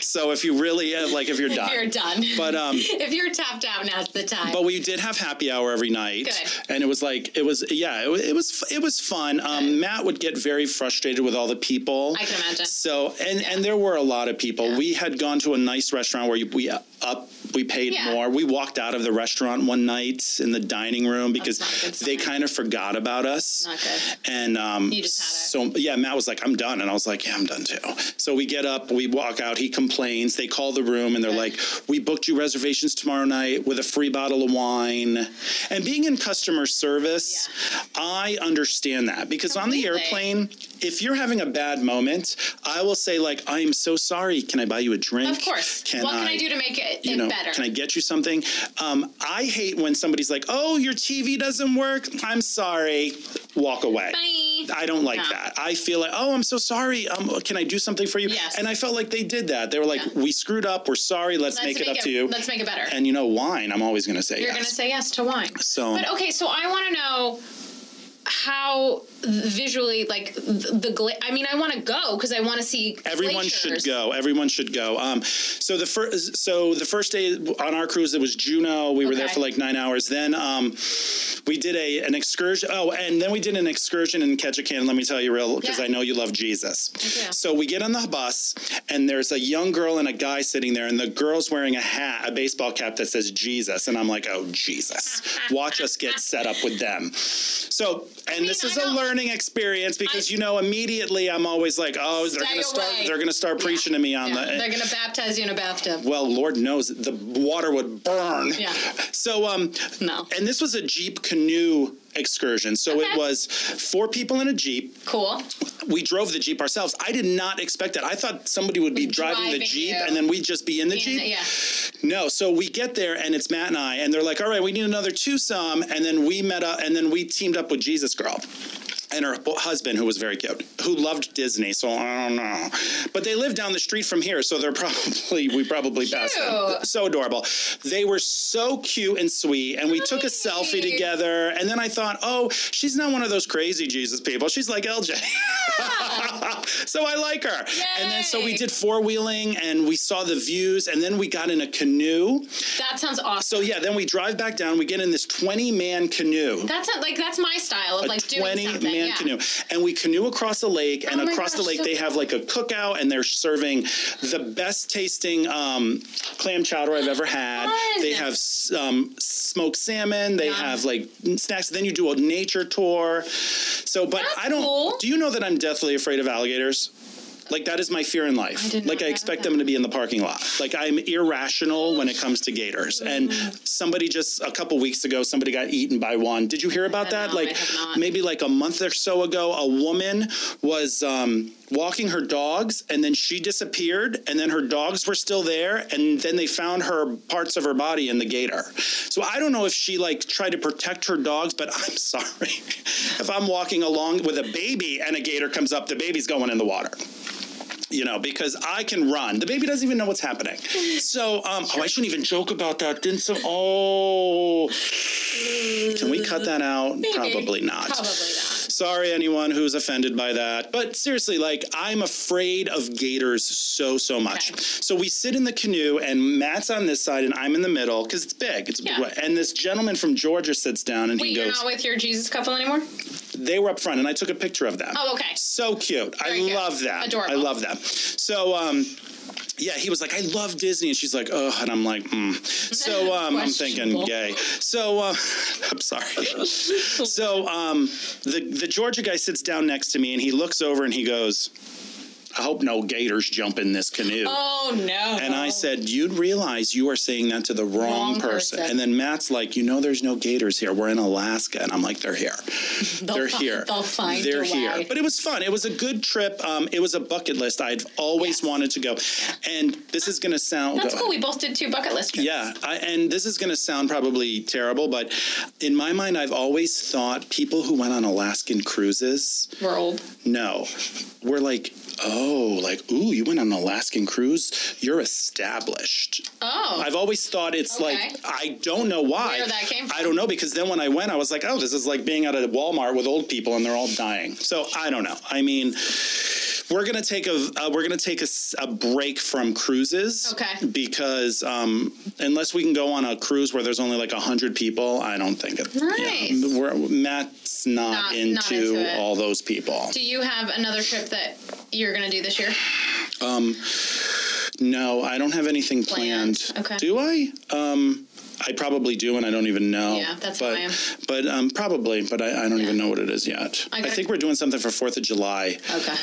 so if you really uh, like, if you're done,
You're done.
But um,
if you're tapped out, now's the time.
but we did have happy hour every night,
Good.
and it was like it was yeah, it, wa- it was it was fun. Um, Matt would get very frustrated with all the people.
I can imagine.
So and and there were a lot of people. We had gone to a nice restaurant where you, we up we paid
Yeah.
more. We walked out of the restaurant one night in the dining room because
not a good
they
sign.
kind of forgot about us.
Not good.
And um,
You just had it.
so yeah, Matt was like, "I'm done," and I was like, "Yeah, I'm done too." So we get up, we walk out. He complains. They call the room, and they're like, "We booked you reservations tomorrow night with a free bottle of wine." And being in customer service, I understand that because on the
Completely.
airplane, if you're having a bad moment, I will say like, "I am so sorry. Can I buy you a drink?
Of course. what can I, do to make it,
you
it
know,
better?
can I get you something? Um, I hate when somebody's like, "Oh, your TV doesn't work. I'm sorry." Walk away.
Bye.
I don't like
No.
that. I feel like, "Oh, I'm so sorry. Um, can I do something for you?"
Yes.
And I felt like they did that. They were like,
Yeah.
"We screwed up. We're sorry. Let's,
Let's
make, it up to you."
Let's make it better.
and you know, wine. I'm always going to say
You're
yes.
going to say yes to wine.
So-
but okay, so I want to know how visually like the gla- I mean, I want to go because I want to see.
Everyone
glaciers.
should go. Everyone should go. Um, so the first, so the first day on our cruise, it was Juneau. We were there
Okay.
for like nine hours. Then um, we did a an excursion. Oh, and then we did an excursion in Ketchikan. Let me tell you real, because
Yeah.
I know you love Jesus.
do.
So we get on the bus, and there's a young girl and a guy sitting there, and the girl's wearing a hat, a baseball cap that says Jesus, and I'm like, oh Jesus, watch us get set up with them. So, and this
mean,
is
I
a
don't-
learning experience because
I-
you know immediately I'm always like, oh, they're
Stay
gonna start.
away.
They're gonna start preaching to me on
Yeah,
the.
They're gonna baptize you in a bathtub.
well, Lord knows the water would burn.
Yeah.
So um,
No.
and this was a jeep canoe excursion. So
Okay.
it was four people in a jeep.
Cool.
We drove the jeep ourselves. I did not expect that. I thought somebody would be driving, the
Driving
jeep
you.
and then we'd just be in the jeep.
Yeah.
No, so we get there and it's Matt and I, and they're like, "All right, we need another twosome," and then we met up, and then we teamed up with Jesus Girl. And her bo- husband, who was very cute, who loved Disney, so I don't know. But they live down the street from here, so they're probably we probably passed them.
Cute.
So adorable. They were so cute and sweet, and we took a selfie
Nice.
together. And then I thought, oh, she's not one of those crazy Jesus people. She's like LJ. so I like her. And then so we
Yay.
did four wheeling, and we saw the views, and then we got in a canoe.
That sounds awesome.
So yeah, then we drive back down. We get in this twenty-man canoe.
That's not, like that's my style of like doing
Twenty-man
something. yeah.
canoe, and we canoe across the lake. And
Oh my
across the
gosh,
lake,
so
they have like a cookout, and they're serving the best tasting um, clam chowder I've ever had.
Fun.
They have s- um, smoked salmon. They
Yum.
have like snacks. Then you do a nature tour. So, but
That's
I don't.
cool.
Do you know that I'm deathly afraid of alligators? Like that is my fear in life.
did not
like I
know
expect
that.
them to be in the parking lot. Like I'm irrational when it comes to gators. And
Mm.
somebody just a couple weeks ago, somebody got eaten by one. Did you hear about that?
No, I
like
have not.
maybe like a month or so ago, a woman was um, walking her dogs, and then she disappeared, and then her dogs were still there, and then they found her parts of her body in the gator. So I don't know if she like tried to protect her dogs, but I'm sorry if I'm walking along with a baby and a gator comes up, the baby's going in the water you know, because I can run. The baby doesn't even know what's happening. So, um, oh, I shouldn't even joke about that. Didn't some? Oh, can we cut that out? Probably not.
Probably not.
Sorry, anyone who's offended by that. But seriously, like, I'm afraid of gators so, so much.
Okay.
So we sit in the canoe, and Matt's on this side, and I'm in the middle because it's big. It's a big
Yeah.
way. And this gentleman from Georgia sits down, and
Wait,
he
you're
goes,
not with your Jesus couple anymore?
They were up front, and I took a picture of them.
Oh, okay.
So cute.
Very
I
cute.
love that.
Adorable.
I love that. So, um, yeah, he was like, I love Disney. And she's like, oh, and I'm like, mm. So um, I'm thinking
Questionable.
gay. So uh, I'm sorry. so um, the, the Georgia guy sits down next to me and he looks over and he goes, I hope no gators jump in this canoe.
Oh no.
And I said, You'd realize you are saying that to the wrong,
Wrong
person.
person.
And then Matt's like, You know, there's no gators here. We're in Alaska. And I'm like, They're here. They're
fi-
here.
they'll find
They're
a
here.
way.
But it was fun. It was a good trip. Um, it was a bucket list. I'd always
Yes.
wanted to go. And this is going to sound.
That's
go
cool.
ahead.
We both did two bucket list trips.
Yeah, I, and this is going to sound probably terrible, but in my mind, I've always thought people who went on Alaskan cruises
We're old.
no. We're like, oh, like, ooh, you went on an Alaskan cruise? You're established.
Oh.
I've always thought it's
Okay.
like, I don't know why.
Where that came
I don't know because then when I went, I was like, oh, this is like being at a Walmart with old people and they're all dying. So I don't know. I mean, we're gonna take a uh, we're gonna take a, s- a break from cruises,
Okay.
Because um, unless we can go on a cruise where there's only like hundred people, I don't think it.
Nice.
we're, Matt's not,
Not- not
into
into it.
all those people.
do you have another trip that you're gonna do this year?
No, I don't have anything planned.
Planned, okay.
Do I? Um, I probably do, and I don't even know.
Yeah, that's
but,
how I am.
But um, probably, but I, I don't even know what it is yet.
I
I,
gotta-
think we're doing something for Fourth of July,
Okay.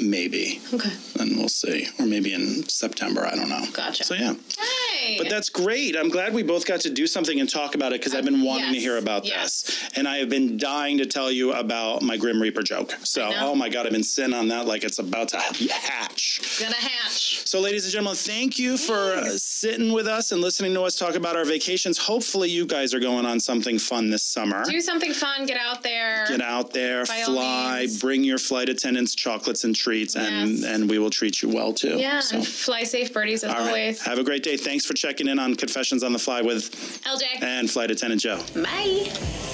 maybe,
Okay.
and we'll see, or maybe in September. I don't know.
Gotcha.
So yeah.
Hey.
But that's great. I'm glad we both got to do something and talk about it because I've been wanting to
Um, yes,
hear about
yes.
this. And I have been dying to tell you about my Grim Reaper joke. So,
know.
oh my God, I've been sitting on that like it's about to hatch.
gonna hatch.
So, ladies and gentlemen, thank you for uh, sitting with us and listening to us talk about our vacations. Hopefully, you guys are going on something fun this summer.
Do something fun. Get out there.
Get out there,
By all
fly,
means.
bring your flight attendants chocolates and treats, and,
Yes.
and we will treat you well too.
Yeah.
So,
And fly safe, birdies, as
all right.
always.
Have a great day. Thanks for checking in on Confessions on the Fly with
LJ.
and Flight Attendant Joe.
Bye.